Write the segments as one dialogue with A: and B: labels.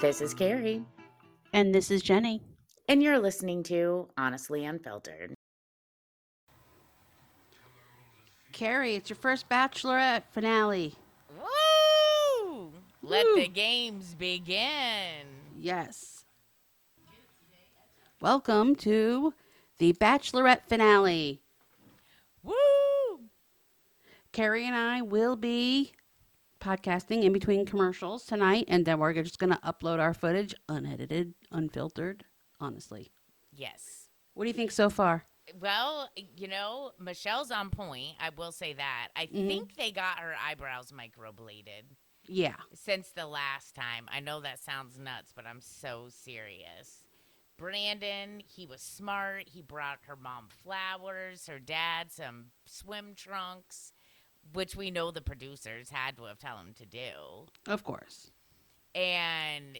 A: This is Carrie,
B: And this is Jenny.
A: and you're listening to Honestly Unfiltered.
B: Carrie, it's your first bachelorette finale.
C: Woo! Let
B: Woo.
C: the games begin.
B: Yes. Welcome to the bachelorette finale.
C: Woo!
B: Carrie and I will be podcasting in between commercials tonight, and then we're just going to upload our footage unedited, unfiltered, honestly.
C: Yes.
B: What do you think so far?
C: Well, you know, Michelle's on point. I will say that. I
B: Mhm.
C: think they got her eyebrows microbladed
B: Yeah.
C: since the last time. I know that sounds nuts, but I'm so serious. Brandon, he was smart. He brought her mom flowers, her dad some swim trunks, which we know the producers had to have told him to do.
B: Of course.
C: and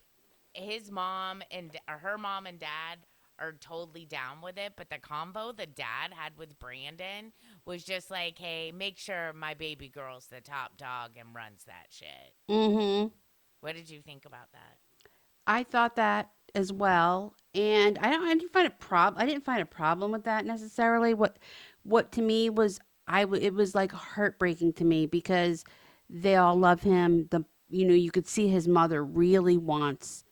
C: his mom and or her mom and dad are totally down with it but the combo the dad had with brandon was just like hey make sure my baby girl's the top dog and runs that shit
B: Mm hmm.
C: what did you think about that
B: I thought that as well, and I don't. I didn't find a prob. I didn't find a problem with that necessarily. What, what to me was I. W- it was like heartbreaking to me because they all love him. The you know you could see his mother really wants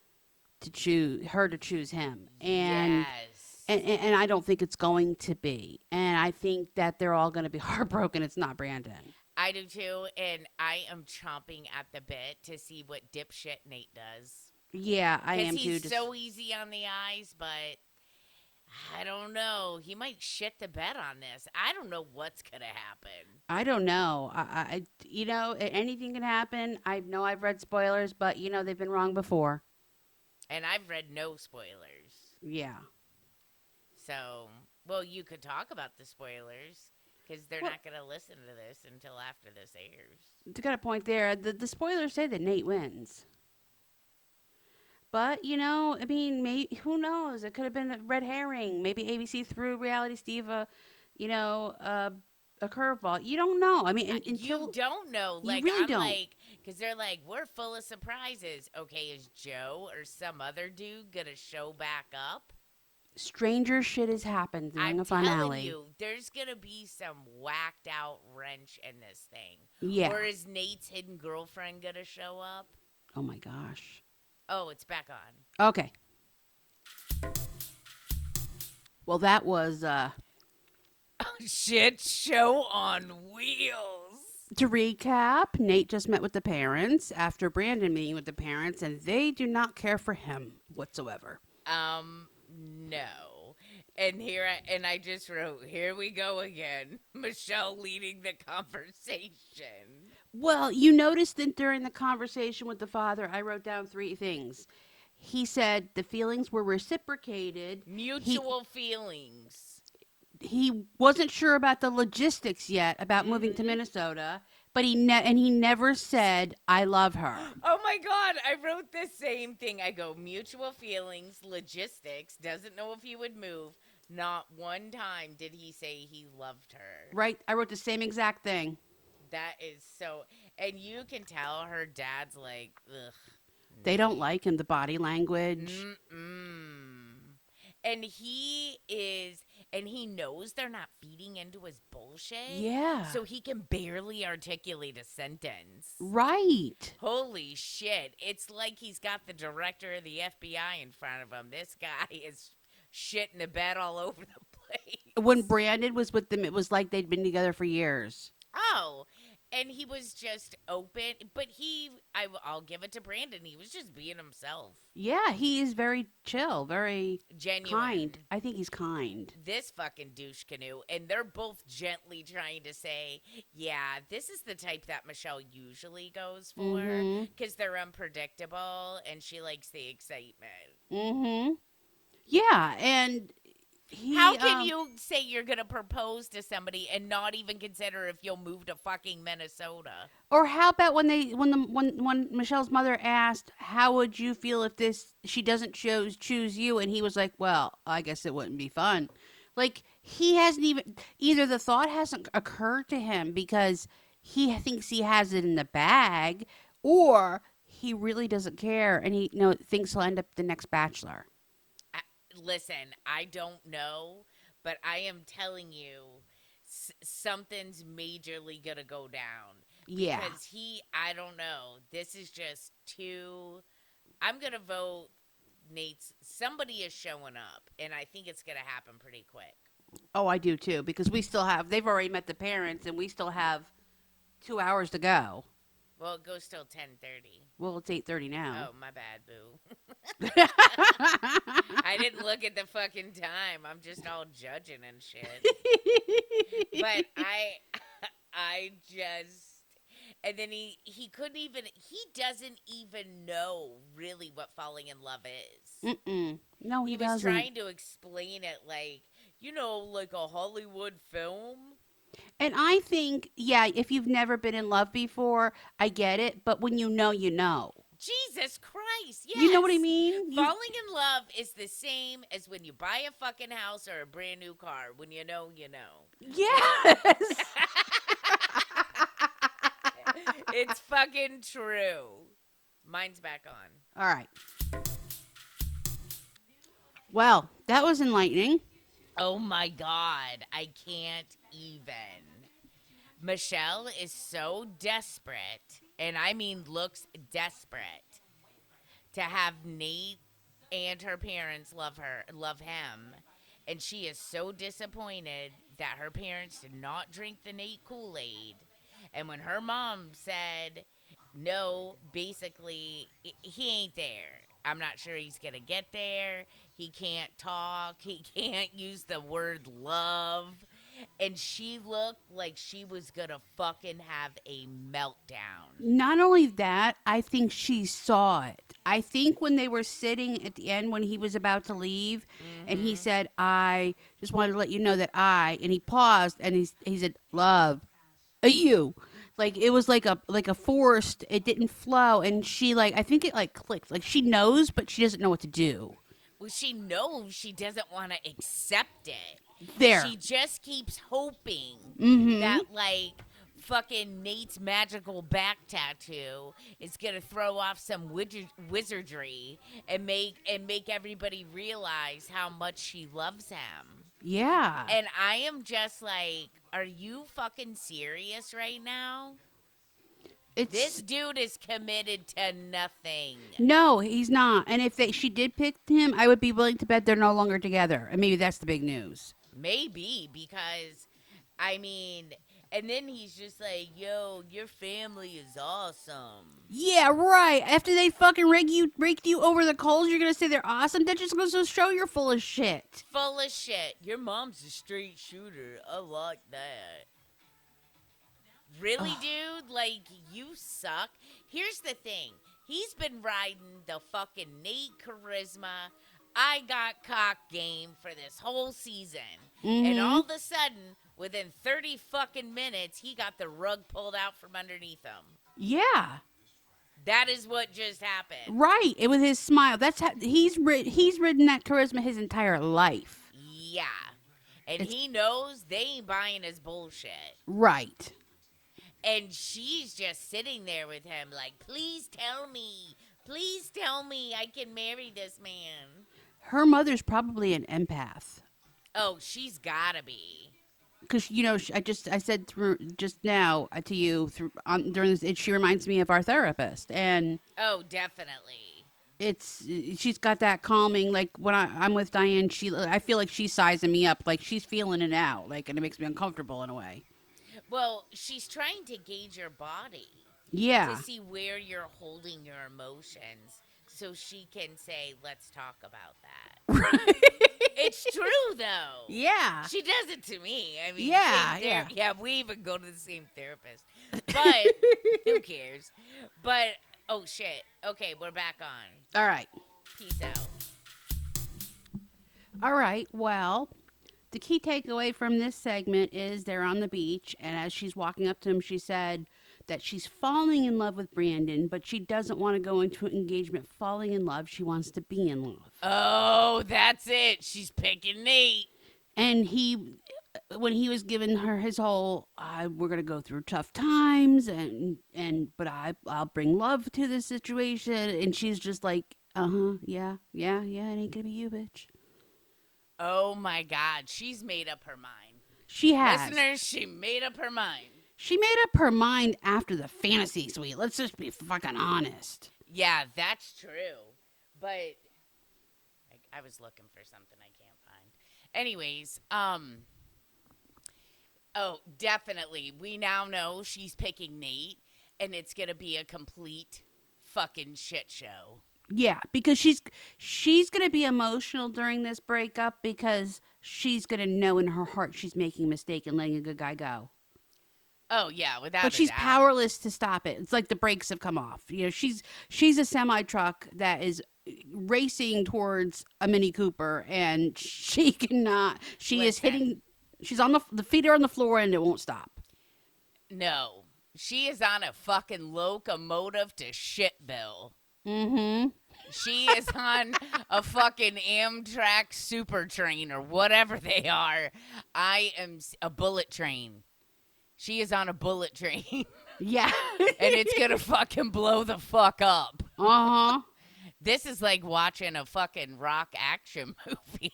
B: to choose her to choose him, and
C: yes
B: and and and I don't think it's going to be. And I think that they're all going to be heartbroken. It's not Brandon.
C: i do too and i am chomping at the bit to see what dipshit nate does
B: Yeah, I am
C: Because
B: too.
C: he's
B: Just-
C: so easy on the eyes, but I don't know. He might shit the bed on this. I don't know what's gonna happen.
B: I don't know. I, I I- you know, a- anything can happen. I know I've read spoilers, but you know they've been wrong before.
C: And I've read no spoilers,
B: Yeah.
C: so well, you could talk about the spoilers because they're
B: Well-
C: not gonna listen to this until after this airs.
B: It's got a point there. The the spoilers say that Nate wins. But, you know, I mean, may, who knows? It could have been a red herring. Maybe ABC threw Reality Steve a, you know, a, a curveball. You don't know. I mean, un- until
C: you don't know,
B: you
C: like
B: really
C: I'm
B: don't.
C: like, because they're like, we're full of surprises. Okay, is Joe or some other dude gonna show back up?
B: stranger shit has happened during
C: I'm
B: a
C: telling
B: finale.
C: you, there's gonna be some whacked out wrench in this thing.
B: Yeah.
C: Or is Nate's hidden girlfriend gonna show up?
B: oh my gosh.
C: Oh, it's back on.
B: Okay. Well, that was uh,
C: Shit show on wheels.
B: to recap. Nate just met with the parents after Brandon meeting with the parents, and they do not care for him whatsoever.
C: Um, no. And here, I, and I just wrote, here we go again. Michelle leading the conversation.
B: Well, you noticed that during the conversation with the father, I wrote down three things. He said the feelings were reciprocated.
C: Mutual feelings.
B: He wasn't sure about the logistics yet about moving to Minnesota, but he ne- and he never said I love her.
C: Oh my God, I wrote the same thing. I go, mutual feelings, logistics, doesn't know if he would move. Not one time did he say he loved her.
B: Right? I wrote the same exact thing.
C: That is so, and you can tell her dad's like, ugh.
B: They don't like him. The body
C: Mm,
B: language.
C: Mm-mm. And he is, and he knows they're not feeding into his bullshit.
B: Yeah.
C: So he can barely articulate a sentence.
B: right.
C: Holy shit. It's like he's got the director of the FBI in front of him. This guy is shitting the bed all over the place.
B: When Brandon was with them, it was like they'd been together for years.
C: Oh, and he was just open, but he, I, I'll give it to Brandon. He was just being himself,
B: Yeah, he is very chill, very
C: genuine.
B: kind. I think he's kind.
C: This fucking douche canoe, and they're both gently trying to say, "Yeah, this is the type that Michelle usually goes for
B: Mhm.
C: because they're unpredictable and she likes the excitement."
B: Mm-hmm. Yeah, and he.
C: How can
B: um,
C: you say you're gonna propose to somebody and not even consider if you'll move to fucking Minnesota?
B: Or how about when they when the when when Michelle's mother asked, "How would you feel if this she doesn't choose choose you?" and he was like, "Well, I guess it wouldn't be fun." Like he hasn't even either the thought hasn't occurred to him because he thinks he has it in the bag or he really doesn't care, and he you know thinks he'll end up the next bachelor.
C: Listen, I don't know, but I am telling you, s- something's majorly gonna go down.
B: Yeah,
C: Because he, I don't know. This is just too. I'm gonna vote Nate's. Somebody is showing up, and I think it's gonna happen pretty quick.
B: Oh, I do too, because we still have, they've already met the parents and we still have two hours to go.
C: Well, it goes till 10:30.
B: Well, it's 8.30 now.
C: Oh, my bad, boo. I didn't look at the fucking time. I'm just all judging and shit. but I I just and then he he couldn't even he doesn't even know really what falling in love is.
B: Mm-mm. No, he,
C: He was
B: doesn't.
C: trying to explain it like, you know, like a Hollywood film.
B: And I think, yeah, if you've never been in love before, I get it. But when you know, you know.
C: Jesus Christ. Yes.
B: You know what I mean? You-
C: Falling in love is the same as when you buy a fucking house or a brand new car. When you know, you know.
B: yes.
C: it's fucking true. Mine's back on.
B: All right. Well, that was enlightening.
C: Oh my God. I can't even. Michelle is so desperate, and I mean looks desperate, to have Nate and her parents love her, love him. And she is so disappointed that her parents did not drink the Nate Kool Aid. And when her mom said, no, basically, i- he ain't there. I'm not sure he's going to get there. He can't talk. He can't use the word love. And she looked like she was going to fucking have a meltdown.
B: Not only that, I think she saw it. I think when they were sitting at the end when he was about to leave and
C: Mm-hmm.
B: he said, I just wanted to let you know that I and he paused and he, he said, Love uh, you. Like it was like a like a forced it didn't flow and she like I think it like clicked. Like she knows but she doesn't know what to do.
C: Well, she knows she doesn't want to accept it.
B: There.
C: She just keeps hoping
B: Mhm.
C: that, like, fucking Nate's magical back tattoo is gonna throw off some widg- wizardry and make and make everybody realize how much she loves him.
B: yeah.
C: And I am just like, are you fucking serious right now?
B: it's
C: This dude is committed to nothing.
B: No, he's not. And if they she did pick him, I would be willing to bet they're no longer together. And maybe that's the big news.
C: Maybe because I mean, and then he's just like, "Yo, your family is awesome."
B: Yeah, right. After they fucking rake you raked you over the coals, you're gonna say they're awesome. That just goes to show you're full of shit.
C: Full of shit. Your mom's a straight shooter. I like that. Really, dude? Like, you suck. Here's the thing he's been riding the fucking Nate charisma. I got cock game for this whole season. And all of a sudden, within 30 fucking minutes, he got the rug pulled out from underneath him.
B: Yeah,
C: That is what just happened.
B: right. And with his smile, that's how he's rid, he's ridden that charisma his entire life.
C: Yeah. And he knows they ain't buying his bullshit.
B: Right.
C: And she's just sitting there with him, like, please tell me, please tell me I can marry this man.
B: Her mother's probably an empath.
C: Oh, she's gotta be.
B: because you know sh- i just i said through just now uh, to you through on during this it, she reminds me of our therapist and
C: Oh, definitely.
B: it's she's got that calming like when I, i'm with diane she i feel like she's sizing me up like she's feeling it out like and it makes me uncomfortable in a way
C: Well, she's trying to gauge your body
B: yeah
C: to see where you're holding your emotions so she can say, let's talk about that. it's true, though.
B: yeah
C: She does it to me. I mean,
B: Yeah,
C: same ther- yeah. We even go to the same therapist, but who cares? But oh shit. Okay, we're back on.
B: all right
C: Peace out.
B: all right well the key takeaway from this segment is they're on the beach and as she's walking up to him she said that she's falling in love with brandon but she doesn't want to go into an engagement falling in love she wants to be in love
C: Oh, that's it. She's picking Nate.
B: and he when he was giving her his whole I we're gonna go through tough times and and but I I'll bring love to this situation and she's just like uh huh yeah yeah yeah it ain't gonna be you bitch
C: Oh my God, she's made up her mind.
B: she has
C: Listeners, she made up her mind.
B: she made up her mind after the fantasy suite let's just be fucking honest
C: Yeah, that's true. But I, I was looking for something I can't find. Anyways, um, oh, definitely. We now know she's picking Nate, and it's gonna be a complete fucking shit show.
B: yeah because she's she's gonna be emotional during this breakup because she's gonna know in her heart she's making a mistake and letting a good guy go
C: Oh yeah, without.
B: but
C: a
B: she's
C: doubt.
B: powerless to stop it. It's like the brakes have come off. You know, she's she's a semi truck that is racing towards a Mini Cooper, and she cannot. She is
C: Listen.
B: hitting. She's on the the feet are on the floor, and it won't stop.
C: No, she is on a fucking locomotive to shit bill.
B: Mm-hmm.
C: She is on a fucking Amtrak super train or whatever they are. I am s- a bullet train. She is on a bullet train
B: Yeah.
C: and it's gonna fucking blow the fuck up.
B: uh huh.
C: This is like watching a fucking rock action movie.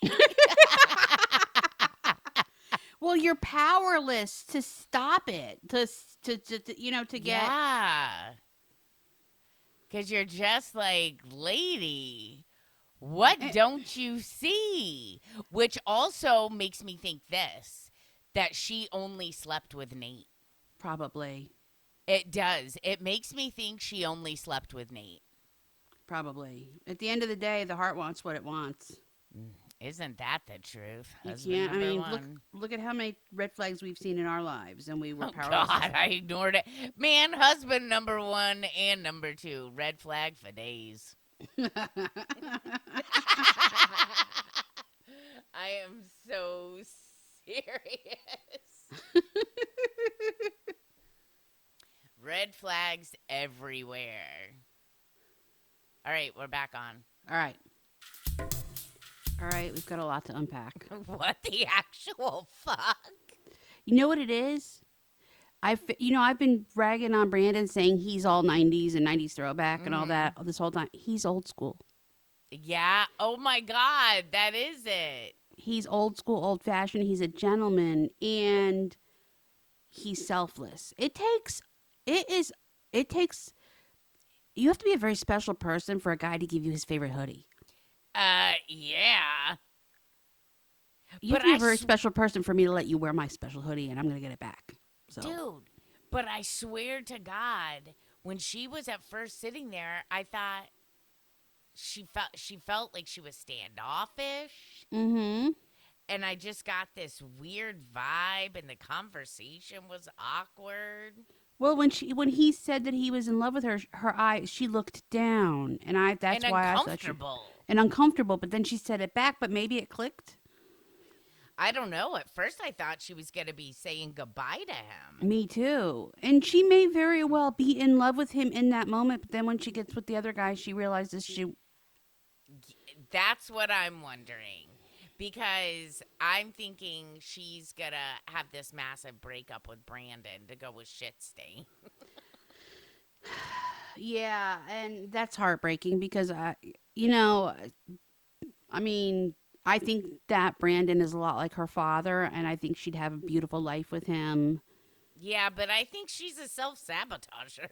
B: Well, you're powerless to stop it. To s- to, to, to you know to get.
C: Yeah. Cause you're just like, lady, what
B: Eh.
C: don't you see? Which also makes me think this that she only slept with Nate.
B: Probably.
C: It does. It makes me think she only slept with Nate.
B: Probably. At the end of the day, the heart wants what it wants.
C: Isn't that the truth?
B: You
C: Husband
B: can't. I
C: number
B: mean, look
C: one.
B: look at how many red flags we've seen in our lives, and we were
C: Oh,
B: powerless.
C: God, I ignored it. Man, husband number one and number two. Red flag for days. I am so serious. Red flags everywhere. All right, we're back on.
B: All right. All right, we've got a lot to unpack.
C: What the actual fuck?
B: You know what it is? I f- you know I've been ragging on Brandon saying he's all 90s and 90s throwback and all
C: Mhm.
B: that this whole time. He's old school.
C: Yeah. Oh my God, that is it.
B: He's old school, old fashioned. He's a gentleman and he's selfless. It takes it is it takes you have to be a very special person for a guy to give you his favorite hoodie.
C: Uh, yeah.
B: You have
C: But
B: to be
C: I
B: a very
C: sw-
B: special person for me to let you wear my special hoodie and I'm going to get it back. So
C: Dude, but I swear to God, when she was at first sitting there, I thought she felt she felt like she was standoffish.
B: Mhm.
C: And I just got this weird vibe and the conversation was awkward.
B: Well, when she when he said that he was in love with her, sh- her eyes she looked down, and I that's
C: and
B: why I thought she
C: uncomfortable.
B: and uncomfortable. But then she said it back, but maybe it clicked.
C: I don't know. At first I thought she was gonna be saying goodbye to him.
B: Me too. And she may very well be in love with him in that moment, but then when she gets with the other guy, she realizes she
C: That's what I'm wondering. Because I'm thinking she's gonna have this massive breakup with Brandon to go with shit stain.
B: yeah, and that's heartbreaking because I you know, I mean, I think that Brandon is a lot like her father, and I think she'd have a beautiful life with him.
C: Yeah, but I think she's a self sabotager.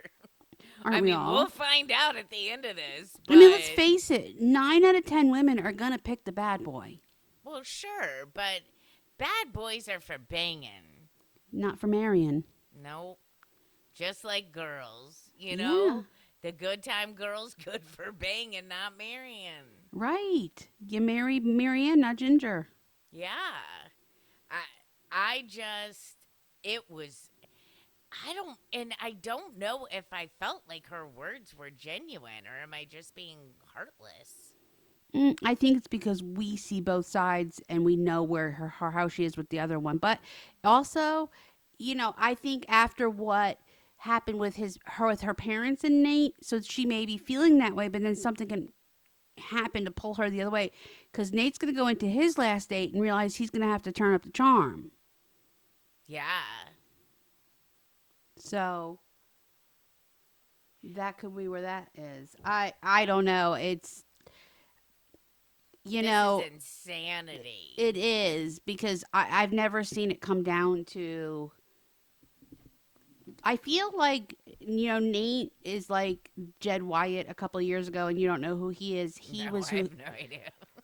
B: Aren't
C: I
B: we
C: mean,
B: all?
C: we'll find out at the end of this.
B: I mean, let's
C: but-
B: face it. Nine out of ten women are gonna pick the bad boy,
C: Well, sure, but bad boys are for banging.
B: not for marrying.
C: No, just like girls, you know, the good time girls good for banging, not marrying.
B: Right? You marry Marianne, not Ginger.
C: Yeah. I I just it was I don't and I don't know if I felt like her words were genuine or am I just being heartless?
B: Mm, I think it's because we see both sides and we know where her, her how she is with the other one. But also, you know, I think after what happened with his her with her parents and Nate, so she may be feeling that way, but then something can happen to pull her the other way because Nate's gonna go into his last date and realize he's gonna have to turn up the charm.
C: Yeah.
B: So that could be where that is. I I don't know. It's you
C: This
B: know
C: is insanity.
B: it is because I, I've never seen it come down to. I feel like you know Nate is like Jed Wyatt a couple of years ago, and you don't know who he is. He
C: No,
B: was
C: I
B: who
C: have no idea.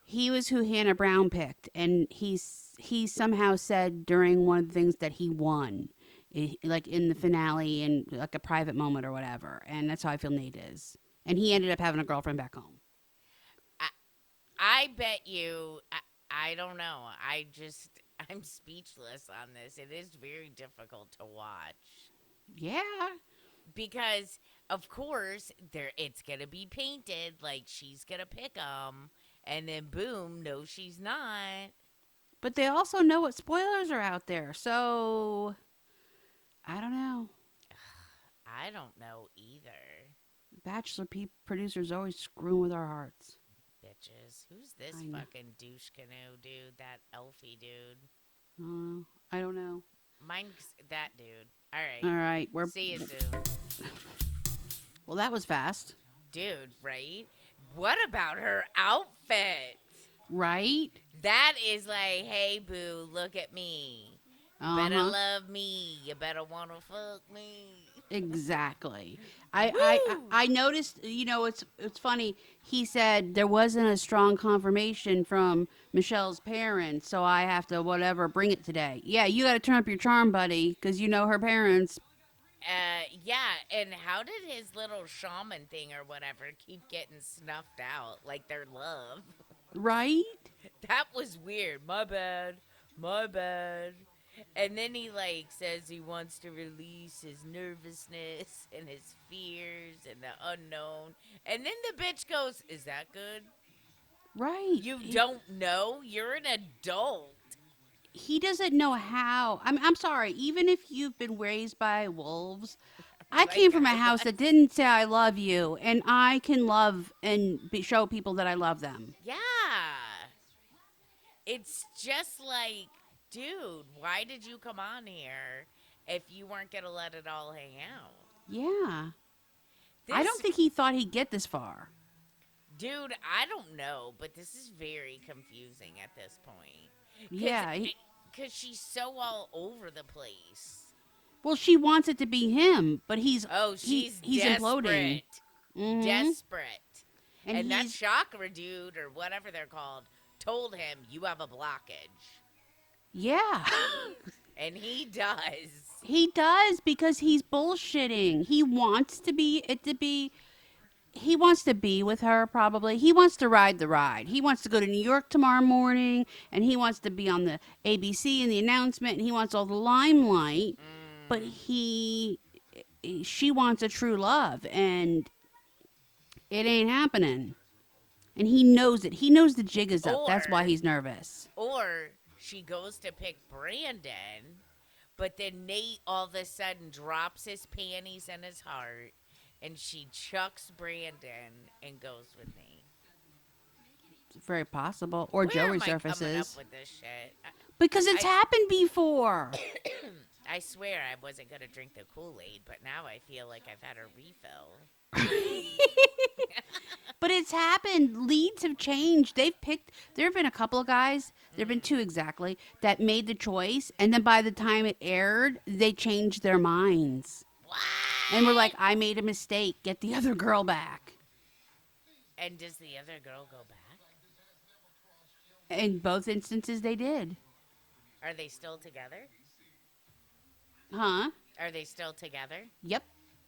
B: he was who Hannah Brown picked, and he's he somehow said during one of the things that he won, i- like in the finale and like a private moment or whatever, and that's how I feel Nate is. And he ended up having a girlfriend back home.
C: I bet you. I, I don't know. I just. I'm speechless on this. It is very difficult to watch.
B: Yeah,
C: because of course there it's gonna be painted like she's gonna pick them and then boom no she's not
B: but they also know what spoilers are out there, so I don't know.
C: i don't know either
B: Bachelor pe- producers always screwing with our hearts.
C: bitches who's this
B: I know.
C: fucking douche canoe dude that elfie dude
B: Uh, I don't know.
C: mine's that dude all
B: All
C: right
B: right, we're
C: see you soon
B: well. That was fast,
C: dude right what about her outfit
B: right?
C: that is like hey boo look at me better
B: Uh-huh.
C: love me you better wanna fuck me
B: Exactly. I, I
C: Woo!
B: I noticed. You know, it's it's funny. He said there wasn't a strong confirmation from Michelle's parents, so I have to whatever bring it today. Yeah, you got to turn up your charm, buddy, because you know her parents.
C: Uh, yeah, and how did his little shaman thing or whatever keep getting snuffed out like their love?
B: Right?
C: That was weird. My bad. My bad. And then he like says he wants to release his nervousness and his fears and the unknown. And then the bitch goes, "Is that good?
B: Right.
C: You
B: He-
C: don't know. You're an adult."
B: He doesn't know how. I'm I'm sorry. Even if you've been raised by wolves, I
C: Like
B: came from
C: I
B: a house that didn't say I love you, and I can love and be, show people that I love them.
C: Yeah. It's just like, dude, why did you come on here if you weren't going to let it all hang out?
B: Yeah. I don't think he thought he'd get this far.
C: Dude, I don't know, but this is very confusing at this point.
B: Yeah. he-
C: Because she's so all over the place.
B: well, she wants it to be him, but he's
C: Oh,
B: He-
C: she's
B: he's imploding.
C: desperate.
B: Mhm.
C: Desperate.
B: and,
C: And, that
B: he's-
C: chakra dude, or whatever they're called, told him, you have a blockage.
B: yeah,
C: And he does.
B: he does because he's bullshitting. He wants to be it to be. He wants to be with her probably. He wants to ride the ride. He wants to go to New York tomorrow morning, and he wants to be on the ABC and the announcement, and he wants all the limelight. But
C: Mm.
B: he, she wants a true love, and it ain't happening. And he knows it. He knows the jig is up. That's why
C: Or-
B: he's nervous.
C: Or she goes to pick Brandon, but then Nate all of a sudden drops his panties and his heart, and she chucks Brandon and goes with Nate.
B: It's very possible. Or
C: Where
B: Joe
C: am I coming
B: resurfaces
C: up with this shit? I-
B: because it's
C: I-
B: happened before.
C: I swear I wasn't gonna drink the Kool Aid, but now I feel like I've had a refill.
B: But it's happened. Leads have changed. They've picked. There have been a couple of guys. There have been two exactly that made the choice, and then by the time it aired, they changed their minds
C: What?
B: and were like, "I made a mistake. Get the other girl back."
C: And does the other girl go back?
B: In both instances, they did.
C: Are they still together?
B: Huh?
C: Are they still together?
B: Yep.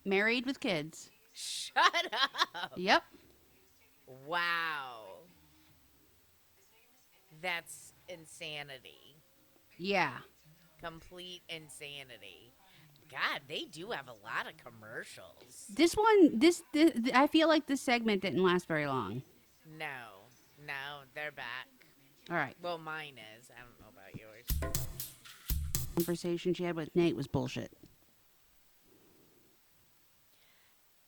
B: Married with kids.
C: Shut up!
B: Yep.
C: Wow. That's insanity.
B: Yeah.
C: Complete insanity. God, they do have a lot of commercials.
B: This one, this, this, I feel like this segment didn't last very long.
C: No, no, they're back.
B: All right.
C: Well, mine is. I don't know about yours.
B: Conversation she had with Nate was bullshit.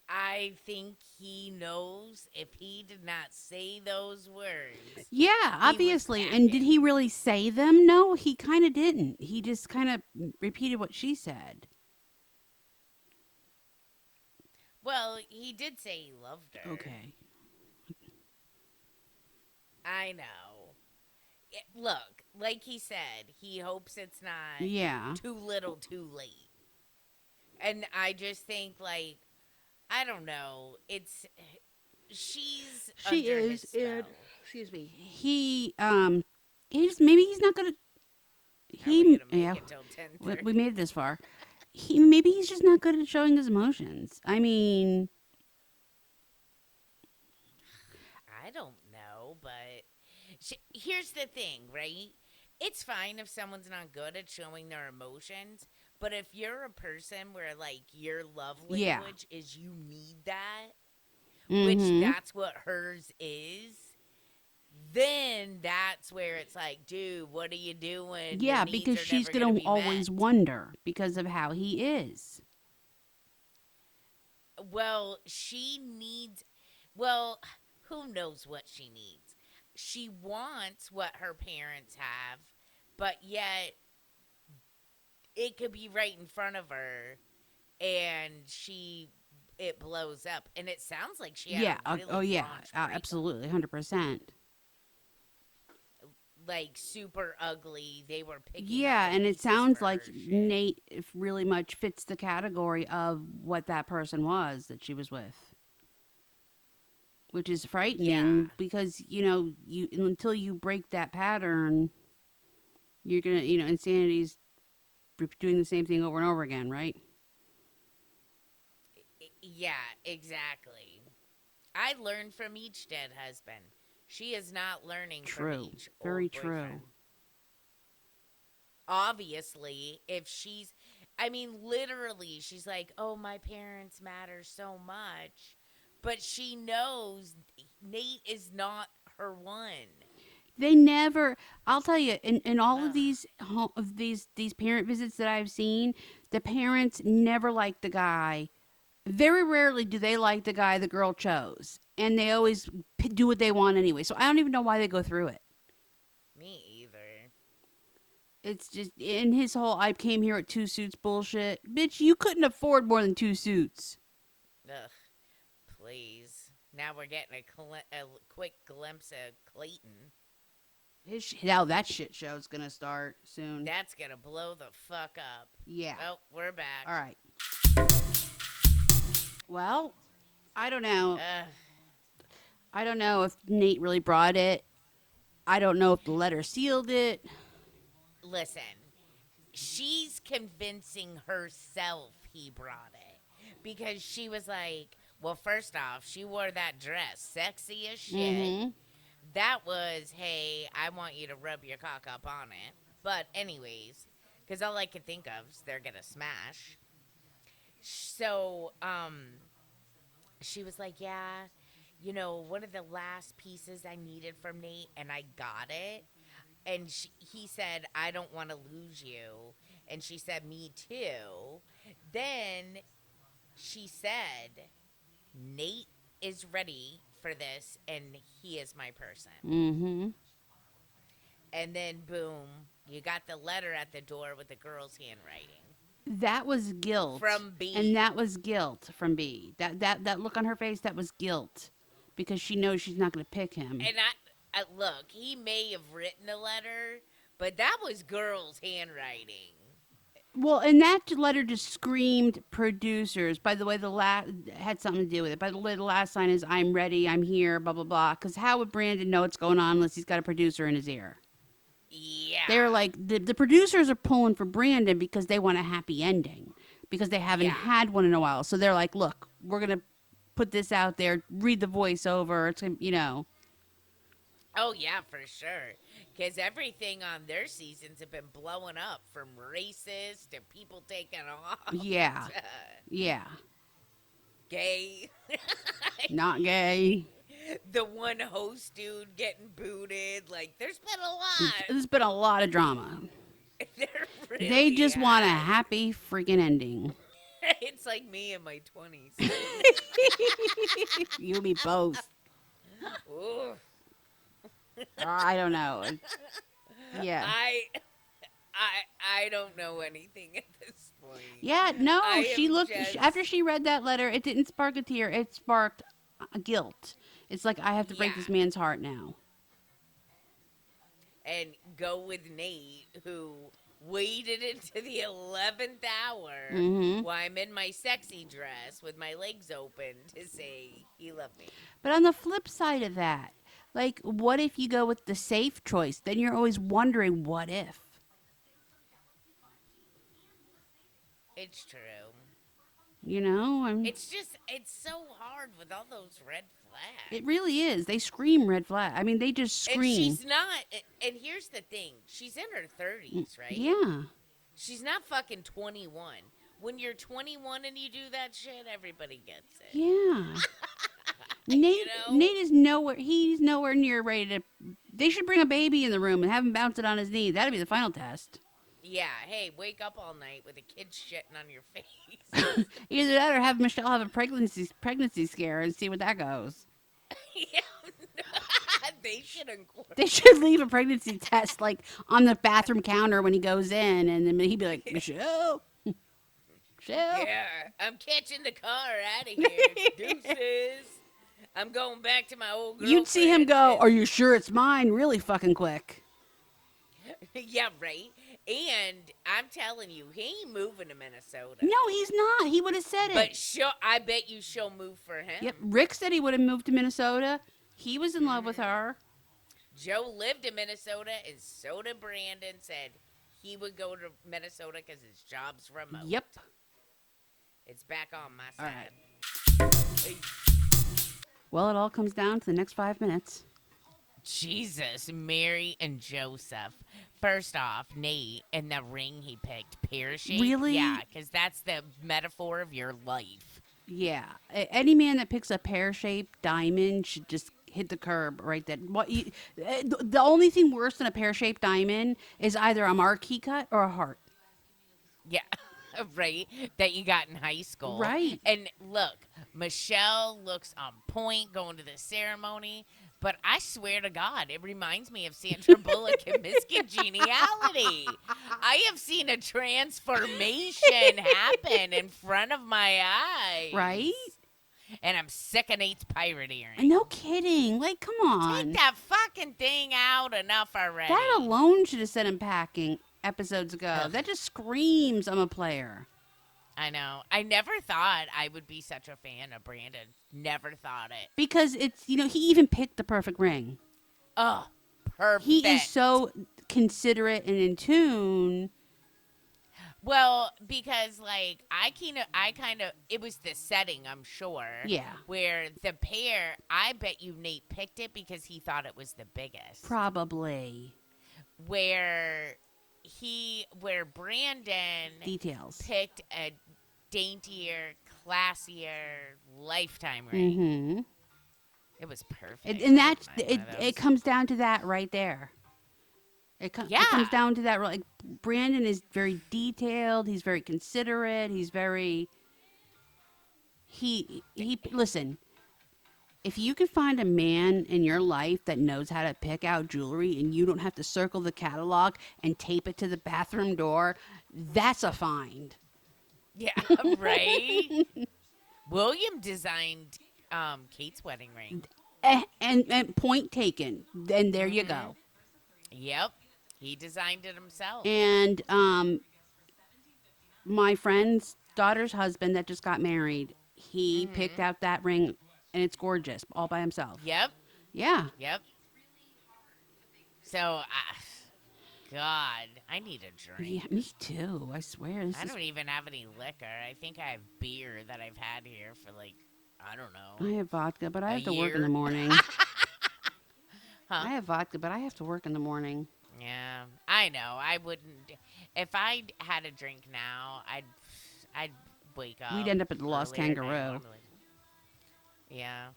C: I I think he knows if he did not say those words.
B: Yeah, obviously. And did
C: acting.
B: he really say them? No, he kind of didn't. He just kind of repeated what she said.
C: Well, he did say he loved her.
B: Okay.
C: I know. It, look, like he said, he hopes it's not
B: Yeah.
C: too little, too late. And I just think, like, I don't know. It's she's
B: She
C: under
B: is
C: his
B: and
C: spell.
B: excuse me. He um he just maybe he's not gonna
C: Are
B: he
C: we gonna make
B: yeah
C: it till
B: we,
C: 10:30?
B: we made it this far. He maybe he's just not good at showing his emotions. I mean
C: I don't know, but sh here's the thing, right? It's fine if someone's not good at showing their emotions, but if you're a person where like your love language
B: Yeah.
C: is you need that,
B: mhm.
C: which that's what hers is, then that's where it's like, dude, what are you doing? Your
B: yeah,
C: needs
B: because
C: are
B: she's
C: never
B: gonna,
C: be met."
B: always wonder because of how he is.
C: Well, she needs. Well, who knows what she needs? She wants what her parents have, but yet it could be right in front of her, and she it blows up. And it sounds like she had a
B: yeah. uh,
C: really
B: oh yeah.
C: staunch
B: Uh,
C: breakup,
B: absolutely. Hundred percent.
C: like super ugly. They were picking. up
B: Yeah,
C: the
B: and it
C: pieces
B: sounds
C: for
B: like
C: her shit.
B: Nate if really much fits the category of what that person was that she was with. Which is frightening
C: Yeah.
B: because, you know, you until you break that pattern, you're going to, you know, insanity's re- doing the same thing over and over again, right?
C: E, Yeah, exactly. I learned from each dead husband. She is not learning from
B: True.
C: each. old
B: Very true.
C: boyfriend. Obviously, if she's, I mean, literally, she's like, oh, my parents matter so much. But she knows Nate is not her one.
B: They never. I'll tell you. In, in all
C: Ugh.
B: of these ho- of these these parent visits that I've seen, the parents never like the guy. Very rarely do they like the guy the girl chose, and they always p- do what they want anyway. So I don't even know why they go through it.
C: Me either.
B: It's just in his whole "I came here with two suits" bullshit. Bitch, you couldn't afford more than two suits.
C: Ugh, please. Now we're getting a, cle- a quick glimpse of Clayton.
B: His sh- now that shit show's gonna start soon.
C: That's gonna blow the fuck up.
B: yeah.
C: Oh, we're back.
B: All right. Well, I don't know.
C: Ugh.
B: I don't know if Nate really brought it. I don't know if the letter sealed it.
C: listen, she's convincing herself he brought it because she was like, well, first off, she wore that dress, sexy as shit.
B: Mhm.
C: That was, hey, I want you to rub your cock up on it. But, anyways, because all I could think of is they're going to smash. So, um, she was like, yeah, you know, one of the last pieces I needed from Nate, and I got it. And she, he said, I don't want to lose you. And she said, me too. Then she said, Nate is ready for this, and he is my person.
B: Mhm.
C: And then, boom, you got the letter at the door with the girl's handwriting.
B: That was guilt.
C: From B.
B: And that was guilt from B. That that that look on her face that was guilt because she knows she's not going to pick him.
C: And I, I look, he may have written the letter, but that was girl's handwriting.
B: Well, and that j- letter just screamed producers. By the way, the last had something to do with it. By the way, the last line is "I'm ready, I'm here," blah blah blah. Because how would Brandon know what's going on unless he's got a producer in his ear?
C: Yeah.
B: They're like the, the producers are pulling for Brandon because they want a happy ending because they haven't
C: Yeah.
B: had one in a while. So they're like, look, we're gonna put this out there, read the voiceover. It's gonna, you know,
C: Oh yeah, for sure. Because everything on their seasons have been blowing up from races to people taking off.
B: yeah,
C: to
B: yeah,
C: gay.
B: not gay.
C: the one host dude getting booted. Like, there's been a lot.
B: There's been a lot of drama.
C: There really
B: they just want a
C: has.
B: happy freaking ending.
C: it's like me in my 20s.
B: you and me both.
C: Ooh,
B: Uh, I don't know. Yeah.
C: I, I, I don't know anything at this point.
B: Yeah, no,
C: I
B: she
C: am
B: looked
C: just-
B: she, after she read that letter, it didn't spark a tear, it sparked uh, guilt. It's like I have to break
C: Yeah.
B: this man's heart now.
C: And go with Nate, who waited into the 11th hour
B: Mhm.
C: while I'm in my sexy dress with my legs open to say he loved me.
B: But on the flip side of that, like what if you go with the safe choice? Then you're always wondering what if.
C: It's true.
B: You know, I'm
C: It's just it's so hard with all those red flags.
B: it really is. They scream red flag. I mean, they just
C: and
B: scream.
C: she's not a- and here's the thing. She's in her 30s, right?
B: Mm, Yeah.
C: She's not fucking 21. When you're 21 and you do that shit, everybody gets it.
B: Yeah. Nate,
C: know?
B: Nate is nowhere. He's nowhere near ready to. They should bring a baby in the room and have him bounce it on his knee. That'd be the final test.
C: Yeah, hey, wake up all night with a kid shitting on your face.
B: Either that or have Michelle have a pregnancy pregnancy scare and see what that goes.
C: Yeah. they should incorporate.
B: They should leave a pregnancy test like on the bathroom counter when he goes in, and then he'd be like, Michelle, Michelle.
C: Yeah, I'm catching the car out of here. Deuces. I'm going back to my old girl.
B: You'd see him go, "Are you sure it's mine?" Really fucking quick.
C: yeah, right. And I'm telling you, he ain't moving to Minnesota.
B: No, he's not. He would have said it.
C: But she'll, I bet you she'll move for him.
B: Yep. Rick said he would have moved to Minnesota. He was in love with her.
C: Joe lived in Minnesota, and so did Brandon. Said he would go to Minnesota because his job's remote.
B: Yep.
C: It's back on my
B: All
C: side.
B: right. Well, it all comes down to the next five minutes.
C: Jesus, Mary, and Joseph. First off, Nate and the ring he picked, pear shape.
B: Really?
C: Yeah, because that's the metaphor of your life.
B: Yeah. A- Any man that picks a pear shaped diamond should just hit the curb right then. What you, eh, th- the only thing worse than a pear shaped diamond is either a marquee cut or a heart.
C: Yeah. Right, that you got in high school.
B: Right.
C: And look, Michelle looks on point going to the ceremony, but I swear to God, it reminds me of Sandra Bullock in Miss Congeniality. I have seen a transformation happen in front of my eyes.
B: Right?
C: And I'm sick of Nate's pirate earring.
B: No kidding. Like, come on.
C: Take that fucking thing out enough already.
B: That alone should have sent him packing episodes ago.
C: Ugh.
B: That just screams I'm a player.
C: I know. I never thought I would be such a fan of Brandon. Never thought it.
B: Because it's, you know, he even picked the perfect ring.
C: Oh, perfect.
B: He is so considerate and in tune.
C: well because like I kind of, I kind of, it was the setting, I'm sure.
B: Yeah.
C: Where the pair, I bet you Nate picked it because he thought it was the biggest.
B: Probably.
C: where he, where Brandon
B: Details.
C: picked a daintier, classier lifetime ring.
B: Mm-hmm.
C: It was perfect.
B: And,
C: I
B: and that
C: would buy
B: it,
C: one of
B: it
C: those.
B: comes down to that right there. It, com- it comes
C: Yeah.
B: down to that. Like Brandon is very detailed. He's very considerate. He's very. He he. Listen, if you can find a man in your life that knows how to pick out jewelry and you don't have to circle the catalog and tape it to the bathroom door, that's a find.
C: Yeah, right. William designed um, Kate's wedding ring.
B: Eh, And, and point taken. Then there you go.
C: Yep, he designed it himself.
B: Mm. and um, my friend's daughter's husband that just got married, he
C: Mm-hmm.
B: picked out that ring, and it's gorgeous all by himself.
C: Yep,
B: Yeah,
C: yep. So, I God, I need a drink.
B: yeah, me too. I swear this
C: I
B: is.
C: don't even have any liquor. I think I have beer that I've had here for like I don't know.
B: I have vodka, but
C: A
B: I have to work in
C: year.
B: the morning.
C: Huh.
B: I have vodka, but I have to work in the morning.
C: Yeah, I know. I wouldn't. If I had a drink now, I'd I'd wake up.
B: We'd end up at the Lost
C: Oh, earlier than I
B: Kangaroo.
C: normally- Yeah,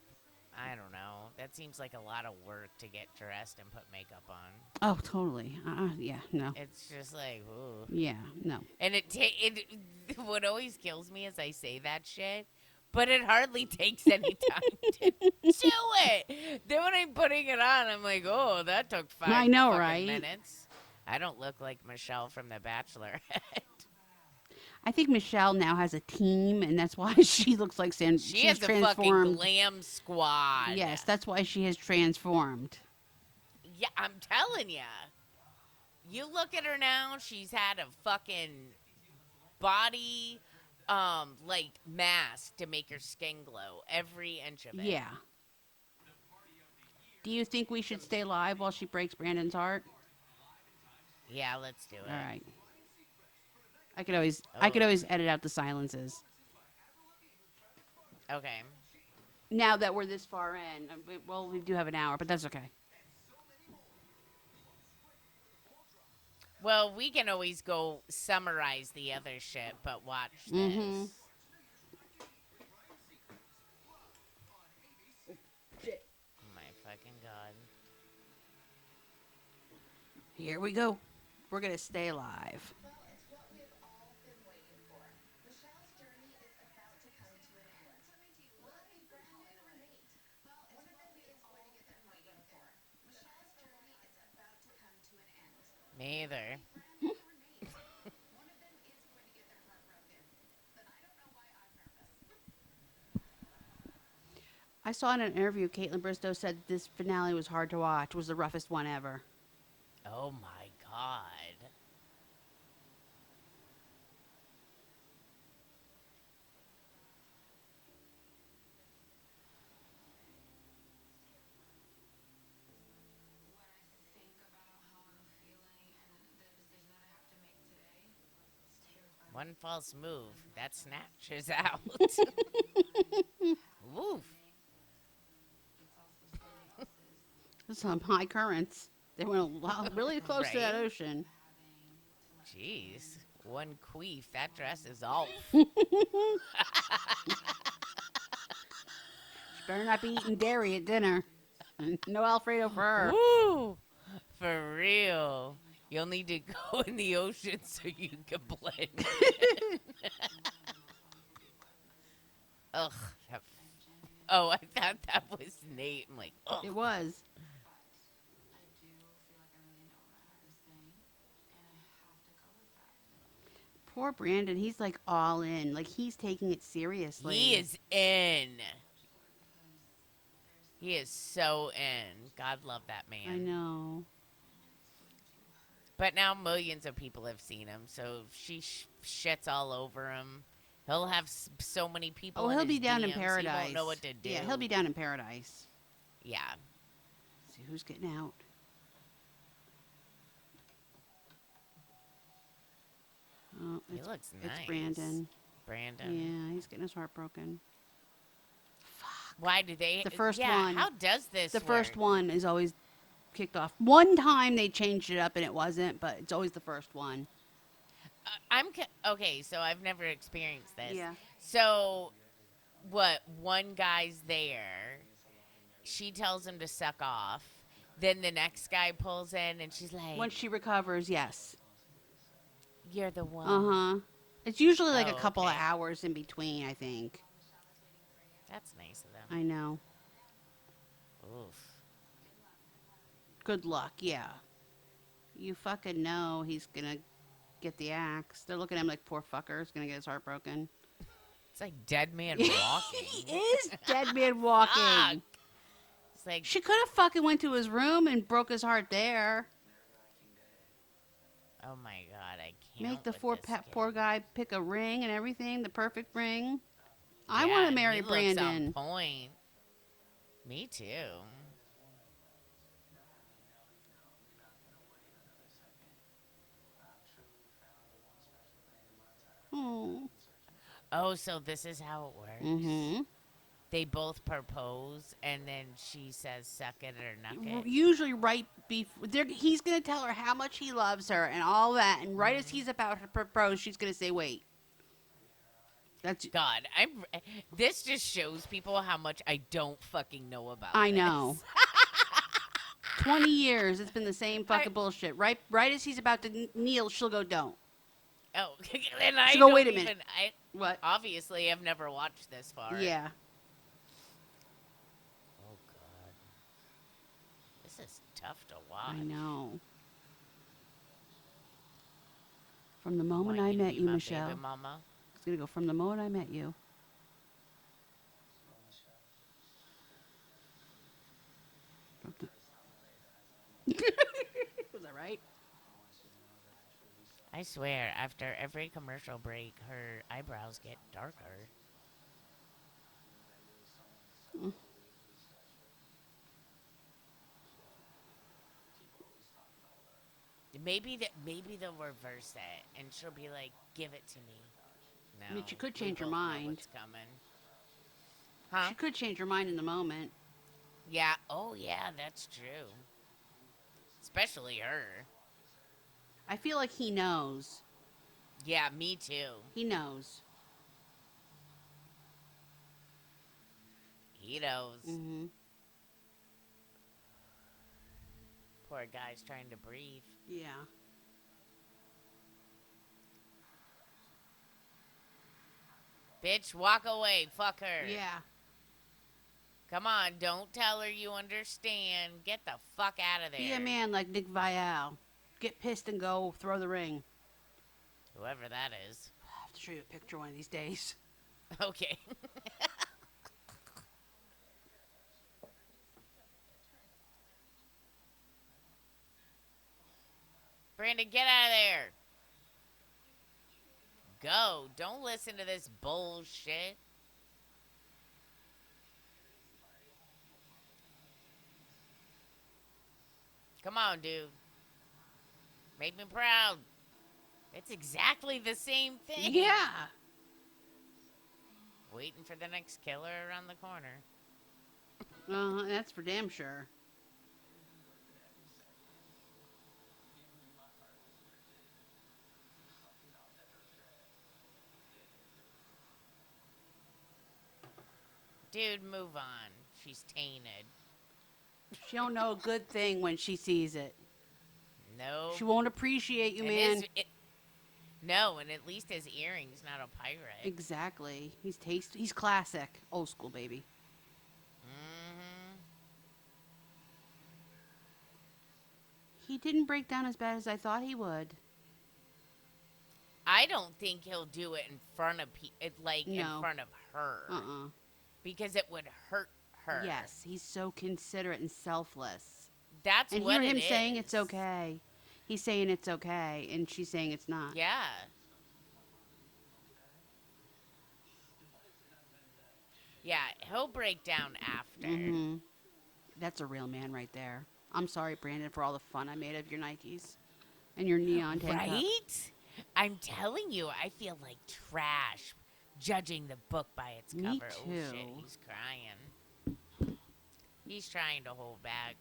C: I don't know. That seems like a lot of work to get dressed and put makeup on.
B: Oh, totally. Uh, yeah, no.
C: It's just like, ooh.
B: Yeah, no.
C: And it, ta- it what always kills me is I say that shit, but it hardly takes any time to do it. Then when I'm putting it on, I'm like, oh, that took five.
B: I know,
C: fucking
B: right?
C: Minutes. I don't look like Michelle from The Bachelor.
B: I think Michelle now has a team, and that's why she looks like San.
C: she
B: she's
C: has a fucking
B: transformed.
C: glam squad.
B: Yes, that's why she has transformed.
C: Yeah, I'm telling you. You look at her now, she's had a fucking body um like mask to make her skin glow every inch of it.
B: Yeah. Do you think we should stay live while she breaks Brandon's heart?
C: Yeah, let's do it.
B: All right. I could always I could
C: Oh.
B: always edit out the silences.
C: Okay.
B: Now that we're this far in, uh, we- well, we do have an hour, but that's okay.
C: Well, we can always go summarize the other shit, but watch this.
B: Mhm.
C: Oh My fucking god.
B: Here we go. We're gonna stay live.
C: Me either.
B: I saw in an interview Caitlin Bristow said this finale was hard to watch. Was the roughest one ever.
C: Oh my god. One false move, that snatches out. Woof.
B: Some high currents. They went a lot, really close to that
C: Right.
B: ocean.
C: Jeez. One queef, that dress is off.
B: She better not be eating dairy at dinner. No Alfredo for her.
C: Woo! For real. You'll need to go in the ocean so you can blend. in. Ugh. That, oh, I thought that was Nate. I'm like, ugh.
B: It was. Poor Brandon. He's like all in. Like he's taking it seriously.
C: He is in. He is so in. God love that man.
B: I know.
C: But now millions of people have seen him, so if she sh- shits all over him, he'll have s- so many people.
B: Oh,
C: in
B: he'll be
C: his
B: down in
C: DMs,
B: paradise.
C: He won't know what to do.
B: Yeah, he'll be down in paradise.
C: Yeah.
B: see who's getting out. Oh,
C: He
B: it's,
C: looks nice.
B: it's Brandon.
C: Brandon.
B: Yeah, he's getting his heart broken.
C: Why do they?
B: The first
C: yeah,
B: one.
C: How does this?
B: the first
C: work?
B: one is always kicked off. One time they changed it up and it wasn't, but it's always the first one.
C: Uh, I'm c- okay. So I've never experienced this.
B: Yeah.
C: So, what? One guy's there. She tells him to suck off. Then the next guy pulls in, and she's like,
B: Once she recovers, yes.
C: "You're the one."
B: Uh huh. It's usually like
C: Oh,
B: a couple
C: okay.
B: of hours in between, I think.
C: That's nice of them.
B: I know.
C: Oof.
B: Good luck, yeah. You fucking know he's gonna get the axe. They're looking at him like, poor fucker, he's gonna get his heart broken.
C: It's like dead man
B: he
C: walking.
B: is dead man walking.
C: It's like
B: She could have fucking went to his room and broke his heart there.
C: Oh my god, I can't.
B: Make the
C: with
B: four
C: this
B: pa- poor
C: kid.
B: guy pick a ring and everything, the perfect ring. I
C: Yeah,
B: want to
C: and
B: marry
C: he looks on
B: Brandon.
C: point. Me too. Oh, so this is how it works.
B: Mm-hmm.
C: They both propose, and then she says, "Suck it or nuck it."
B: Usually, right before they're, he's gonna tell her how much he loves her and all that, and right as he's about to propose, she's gonna say, "Wait." That's
C: God, I'm. eh, This just shows people how much I don't fucking know about.
B: I
C: this.
B: know. 20 years it's been the same fucking bullshit. Right right as he's about to kn- kneel, she'll go don't.
C: Oh, and I
B: So go,
C: don't
B: "Wait a minute."
C: even- I
B: What?
C: obviously have never watched this far.
B: Yeah.
C: Oh God, this is tough to watch.
B: I know. From the moment
C: Want
B: I
C: you to
B: met
C: be
B: you,
C: my baby
B: Michelle.
C: mama.
B: It's going to go from the moment I met you. From the- Was that right?
C: I swear, after every commercial break, her eyebrows get darker. Maybe that maybe they'll reverse it, and she'll be like, "Give it to me." No,
B: I mean, she could
C: we
B: change her
C: both know
B: mind.
C: What's coming? Huh?
B: She could change her mind in the moment.
C: Yeah. Oh, yeah. That's true. Especially her.
B: I feel like he knows.
C: Yeah, me too.
B: He knows.
C: He knows.
B: hmm
C: Poor guy's trying to breathe.
B: Yeah.
C: Bitch, walk away. Fuck her.
B: Yeah.
C: Come on, don't tell her you understand. Get the fuck out of there.
B: Be a man like Nick Vial. Get pissed and go throw the ring.
C: Whoever that is.
B: I'll have to show you a picture one of these days.
C: Okay. Brandon, get out of there. Go. Don't listen to this bullshit. Come on, dude. Make me proud. It's exactly the same thing.
B: Yeah.
C: Waiting for the next killer around the corner.
B: Uh, that's for damn sure.
C: Dude, move on. She's tainted.
B: She don't know a good thing when she sees it.
C: No.
B: She won't appreciate you,
C: And
B: man.
C: his- Oh. it- no, and at least his earring's not a pirate.
B: Exactly. He's taste. He's classic, old school baby.
C: hmm
B: He didn't break down as bad as I thought he would.
C: I don't think he'll do it in front of pe- it, like
B: No.
C: in front of her
B: Uh uh
C: because it would hurt her.
B: Yes, he's so considerate and selfless.
C: that's
B: And
C: what
B: hear him
C: it
B: saying it's
C: is.
B: okay. He's saying it's okay, and she's saying it's not.
C: Yeah. Yeah, he'll break down after.
B: hmm That's a real man right there. I'm sorry, Brandon, for all the fun I made of your Nikes and your neon tank top.
C: Right? I'm telling you, I feel like trash judging the book by its
B: Me
C: cover. Oh shit,
B: too.
C: he's crying. He's trying to hold back.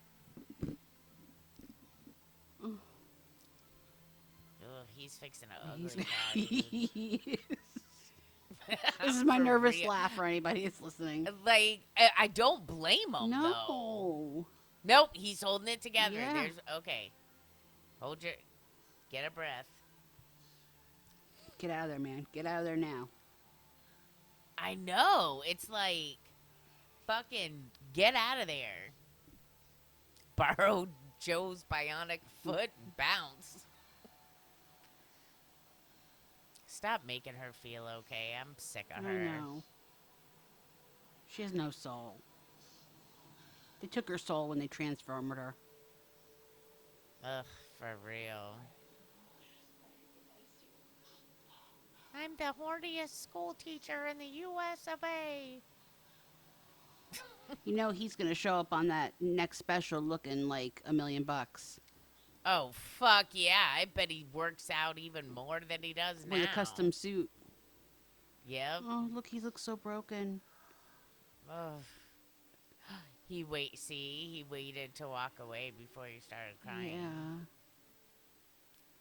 C: Ugh,
B: Ugh.
C: he's fixing an
B: He's-
C: ugly guy.
B: this is my
C: For
B: nervous
C: real.
B: laugh for anybody that's listening.
C: Like, I, I don't blame him, though.
B: No.
C: Nope, he's holding it together.
B: Yeah.
C: There's okay. Hold your get a breath.
B: Get out of there, man. Get out of there now.
C: I know. It's like fucking get out of there. Borrow Joe's bionic foot and bounce. Stop making her feel okay. I'm sick
B: I
C: of her.
B: know. She has no soul. They took her soul when they transformed her.
C: Ugh, for real. I'm the horniest school teacher in the US of A.
B: You know he's gonna show up on that next special looking like a million bucks
C: Oh fuck yeah, I bet he works out even more than he does now.
B: with a custom suit.
C: Yep.
B: Oh look, he looks so broken.
C: Ugh. He wait. See, he waited to walk away before he started crying.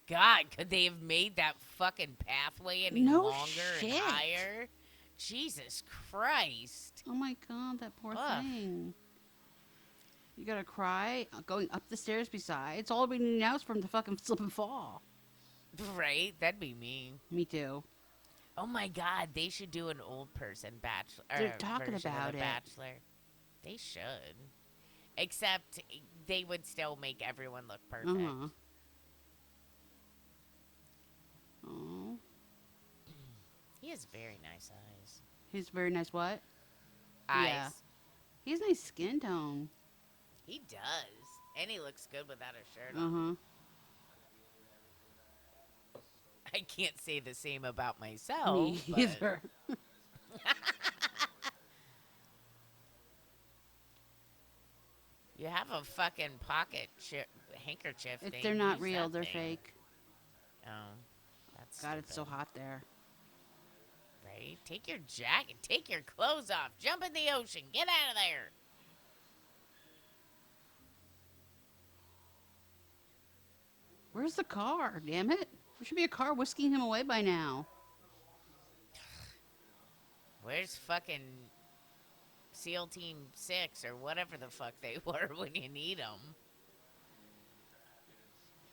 B: Yeah.
C: God, could they have made that fucking pathway any
B: No
C: longer
B: shit.
C: and higher? Jesus Christ.
B: Oh my god, that poor
C: Ugh.
B: thing. You gotta cry uh, going up the stairs. Besides, all we need now is for him to fucking slip and fall.
C: Right? That'd be me.
B: Me too.
C: Oh my God, they should do an old person bachelor.
B: They're
C: uh,
B: talking
C: version of
B: about
C: the
B: it.
C: Bachelor. They should. Except they would still make everyone look perfect.
B: Uh huh. Oh,
C: He has very nice eyes.
B: he's very nice. What?
C: Eyes.
B: Yeah. He has nice skin tone.
C: He does. And he looks good without a shirt on.
B: Uh huh.
C: I can't say the same about myself.
B: Me
C: Oh, but-
B: either.
C: You have a fucking pocket chip, handkerchief.
B: If
C: thing.
B: they're not
C: Use
B: real,
C: that
B: they're
C: thing.
B: fake.
C: Oh, that's
B: God, it's so
C: stupid,
B: hot there.
C: Right? Take your jacket. Take your clothes off. Jump in the ocean. Get out of there.
B: Where's the car? Damn it! There should be a car whisking him away by now.
C: Where's fucking SEAL Team Six or whatever the fuck they were when you need them?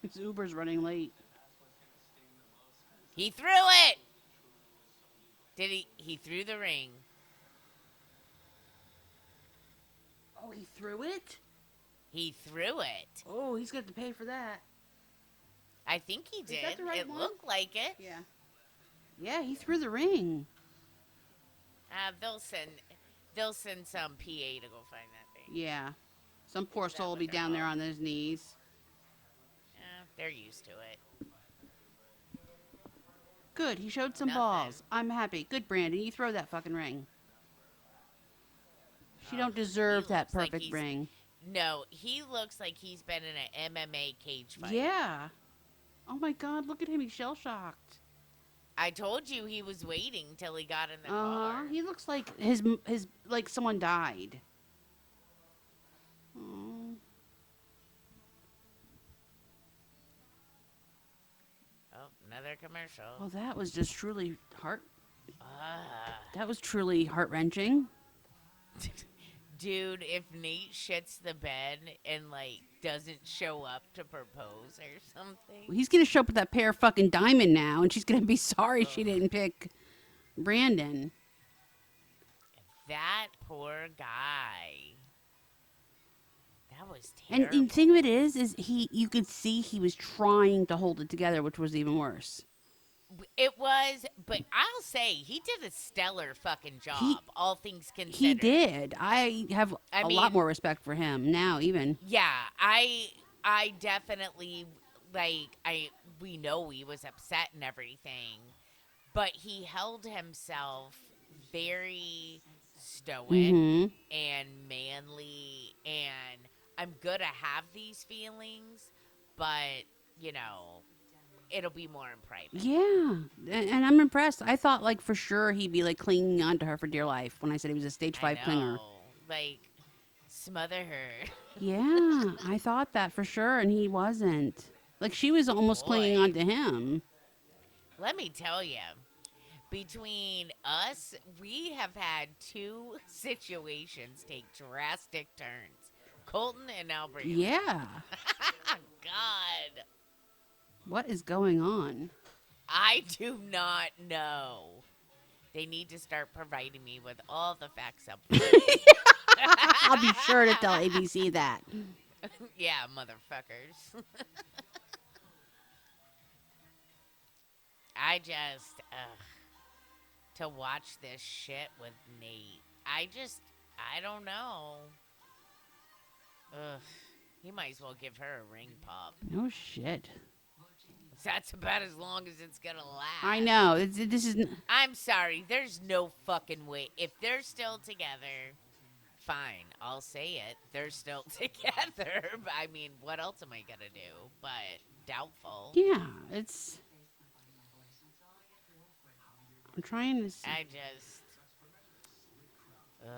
B: His Uber's running late.
C: He threw it. Did he? He threw the ring.
B: Oh, he threw it.
C: He threw it.
B: Oh, he's got to pay for that.
C: I think he
B: Is that
C: did.
B: the right
C: it
B: one?
C: looked like it.
B: Yeah. Yeah, he threw the ring.
C: Uh, they'll send. They'll send some PA to go find that thing.
B: Yeah. Some poor
C: that
B: soul will
C: what
B: be
C: they're
B: down there on
C: called?
B: his knees.
C: Eh, they're used to it.
B: Good, he showed some
C: Nothing.
B: balls. I'm happy. Good, Brandon, you throw that fucking ring. She
C: Oh,
B: don't deserve
C: he
B: that
C: looks like
B: perfect
C: he's
B: ring.
C: No, he looks like he's been in an MMA cage fight.
B: Yeah. Oh my God, look at him. He's shell shocked.
C: I told you he was waiting till he got in the
B: Uh,
C: car.
B: he looks like his his like someone died. Oh,
C: Oh, another commercial.
B: well, that was just truly heart.
C: Ah.
B: That was truly heart wrenching.
C: Dude, if Nate shits the bed and like doesn't show up to propose or something,
B: He's gonna show up with that pair of fucking diamond now, and she's gonna be sorry she didn't pick Brandon.
C: that poor guy. That was
B: And
C: terrible.
B: and thing of it is, is he you could see he was trying to hold it together, which was even worse.
C: It was, but I'll say he did a stellar fucking job. all things considered,
B: He did. I have a
C: I
B: lot
C: mean-
B: more respect for him now, even.
C: Yeah, I I definitely like I we know he was upset and everything, but he held himself very stoic
B: hmm
C: and manly and I'm gonna have these feelings, but you know, it'll be more in private.
B: Yeah, and, and I'm impressed. I thought like for sure he'd be like clinging on to her for dear life when I said he was a stage
C: I
B: five clinger.
C: know, Like smother her.
B: Yeah, I thought that for sure, and he wasn't. Like she was almost clinging
C: Boy.
B: on to him.
C: Let me tell you, between us, we have had two situations take drastic turns. Colton and Albert.
B: Yeah.
C: God,
B: What is going on?
C: I do not know. They need to start providing me with all the facts up.
B: I'll be sure to tell ABC that.
C: yeah, motherfuckers. I just ugh, to watch this shit with Nate. I just I don't know. Ugh, he might as well give her a ring pop.
B: No shit.
C: That's about as long as it's gonna last.
B: I know. It's, this is. n-
C: I'm sorry. There's no fucking way. If they're still together, fine. I'll say it. They're still together. But, I mean, what else am I gonna do? But doubtful.
B: Yeah, it's. I'm trying to. See.
C: I just. Ugh.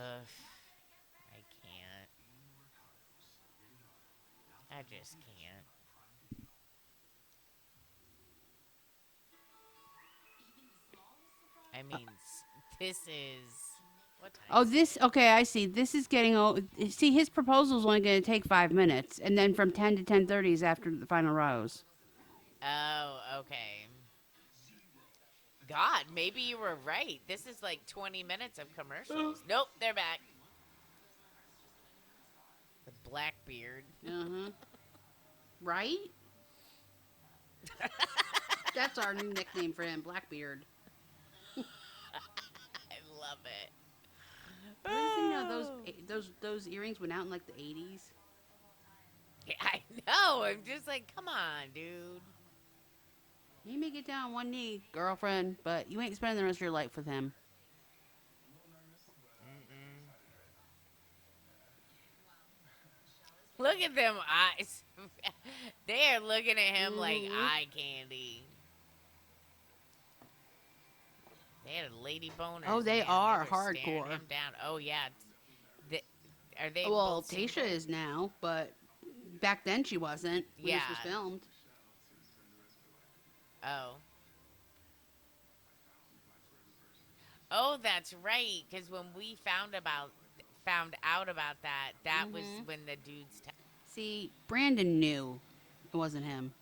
C: I can't. I just can't. I mean, s- This is what time?
B: Oh,
C: is it?
B: this okay. I see. This is getting old. See, his proposal's only going to take five minutes, and then from ten to ten thirty is after the final rose.
C: Oh, okay. God, maybe you were right. This is like 20 minutes of commercials. Nope, they're back. The Blackbeard.
B: Uh-huh. Right? That's our new nickname for him, Blackbeard.
C: I love it.
B: What does he know those
C: Oh.
B: those those earrings went out in like the eighties?
C: Yeah, I know. I'm just like, come on, dude.
B: You may get down on one knee, girlfriend, but you ain't spending the rest of your life with him.
C: Look at them eyes. they are looking at him like
B: Mhm.
C: eye candy. They had a lady boner.
B: Oh, they are hardcore.
C: Him down. Oh yeah. Th- are they?
B: well,
C: both single?
B: Tasha is now, but back then she wasn't when this was
C: Yeah.
B: filmed.
C: Oh. Oh, that's right. Because when we found about found out about that, that was
B: Mhm.
C: when the dudes. T-
B: See, Brandon knew it wasn't him.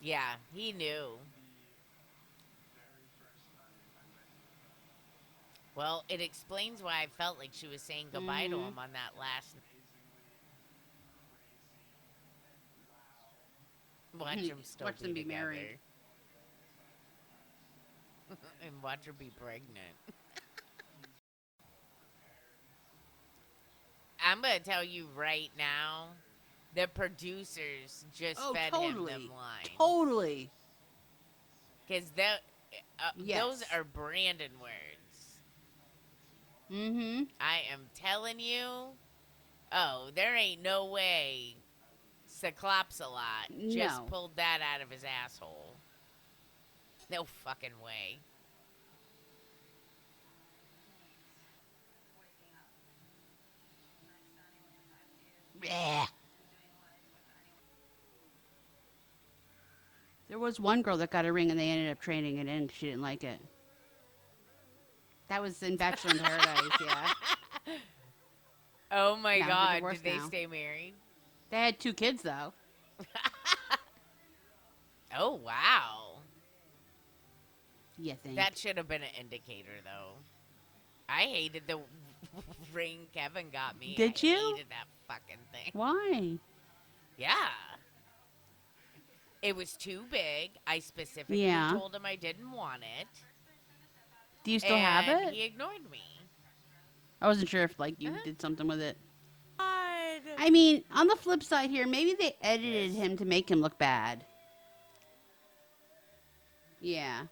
C: yeah, he knew. Well, it explains why I felt like she was saying goodbye to
B: Mhm.
C: him on that last. Watch him still
B: Watch them be married.
C: together. and watch her be pregnant. I'm gonna tell you right now, the producers just
B: Oh,
C: fed
B: totally.
C: him them lines.
B: Totally.
C: Because that, uh, those
B: Yes.
C: are Brandon words.
B: Mm-hmm.
C: I am telling you. Oh, there ain't no way. Cyclopsalot just
B: No.
C: pulled that out of his asshole. No fucking way.
B: There was one girl that got a ring and they ended up trading it in. She didn't like it. That was in Bachelor in Paradise. Yeah,
C: Oh my
B: Yeah, they're
C: god,
B: divorced
C: did they
B: now.
C: stay married?
B: they had two kids though.
C: Oh wow.
B: You think?
C: That should have been an indicator though. I hated the ring Kevin got me.
B: Did
C: I
B: you?
C: hated that fucking thing.
B: Why?
C: Yeah. It was too big. I specifically
B: Yeah.
C: told him I didn't want it.
B: Do you still
C: and
B: have it?
C: He ignored me.
B: I wasn't sure if like you
C: Uh-huh.
B: did something with it.
C: God.
B: I mean, on the flip side here, maybe they edited
C: Yes.
B: him to make him look bad. Yeah,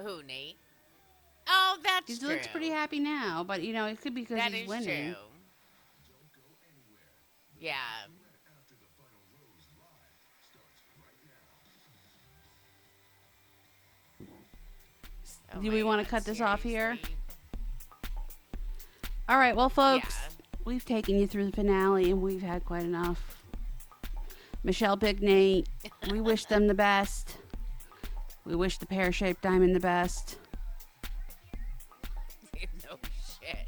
C: Who, Nate? Oh, that's
B: he
C: true.
B: looks pretty happy now, but you know it could be because
C: That
B: he's
C: is
B: winning.
C: true. Yeah. Oh
B: Do
C: my
B: we wanna
C: God,
B: cut this off here?
C: seriously?
B: All right, well, folks,
C: Yeah.
B: we've taken you through the finale and we've had quite enough. Michelle Big Nate, we wish them the best. We wish the pear shaped diamond the best.
C: no shit.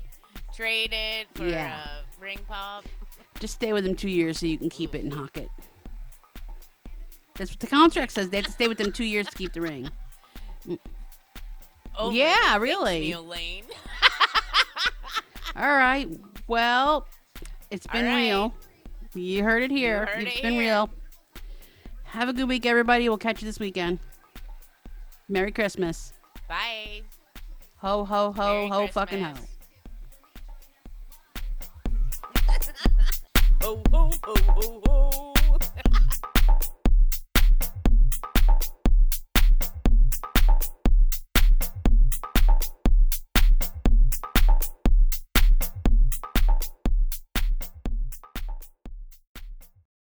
C: Trade it for
B: Yeah.
C: a ring pop.
B: Just stay with them two years so you can keep it and hawk it. That's what the contract says. They have to stay with them two years to keep the ring.
C: Oh,
B: yeah, really.
C: Neil Lane.
B: All right. Well, it's been
C: All right.
B: real. You heard it here.
C: heard
B: has
C: it
B: been
C: here.
B: real. Have a good week, everybody. We'll catch you this weekend. Merry Christmas.
C: Bye.
B: Ho, ho, ho,
C: Merry
B: ho, fucking ho.
C: Christmas. ho. Ho, ho, ho, ho.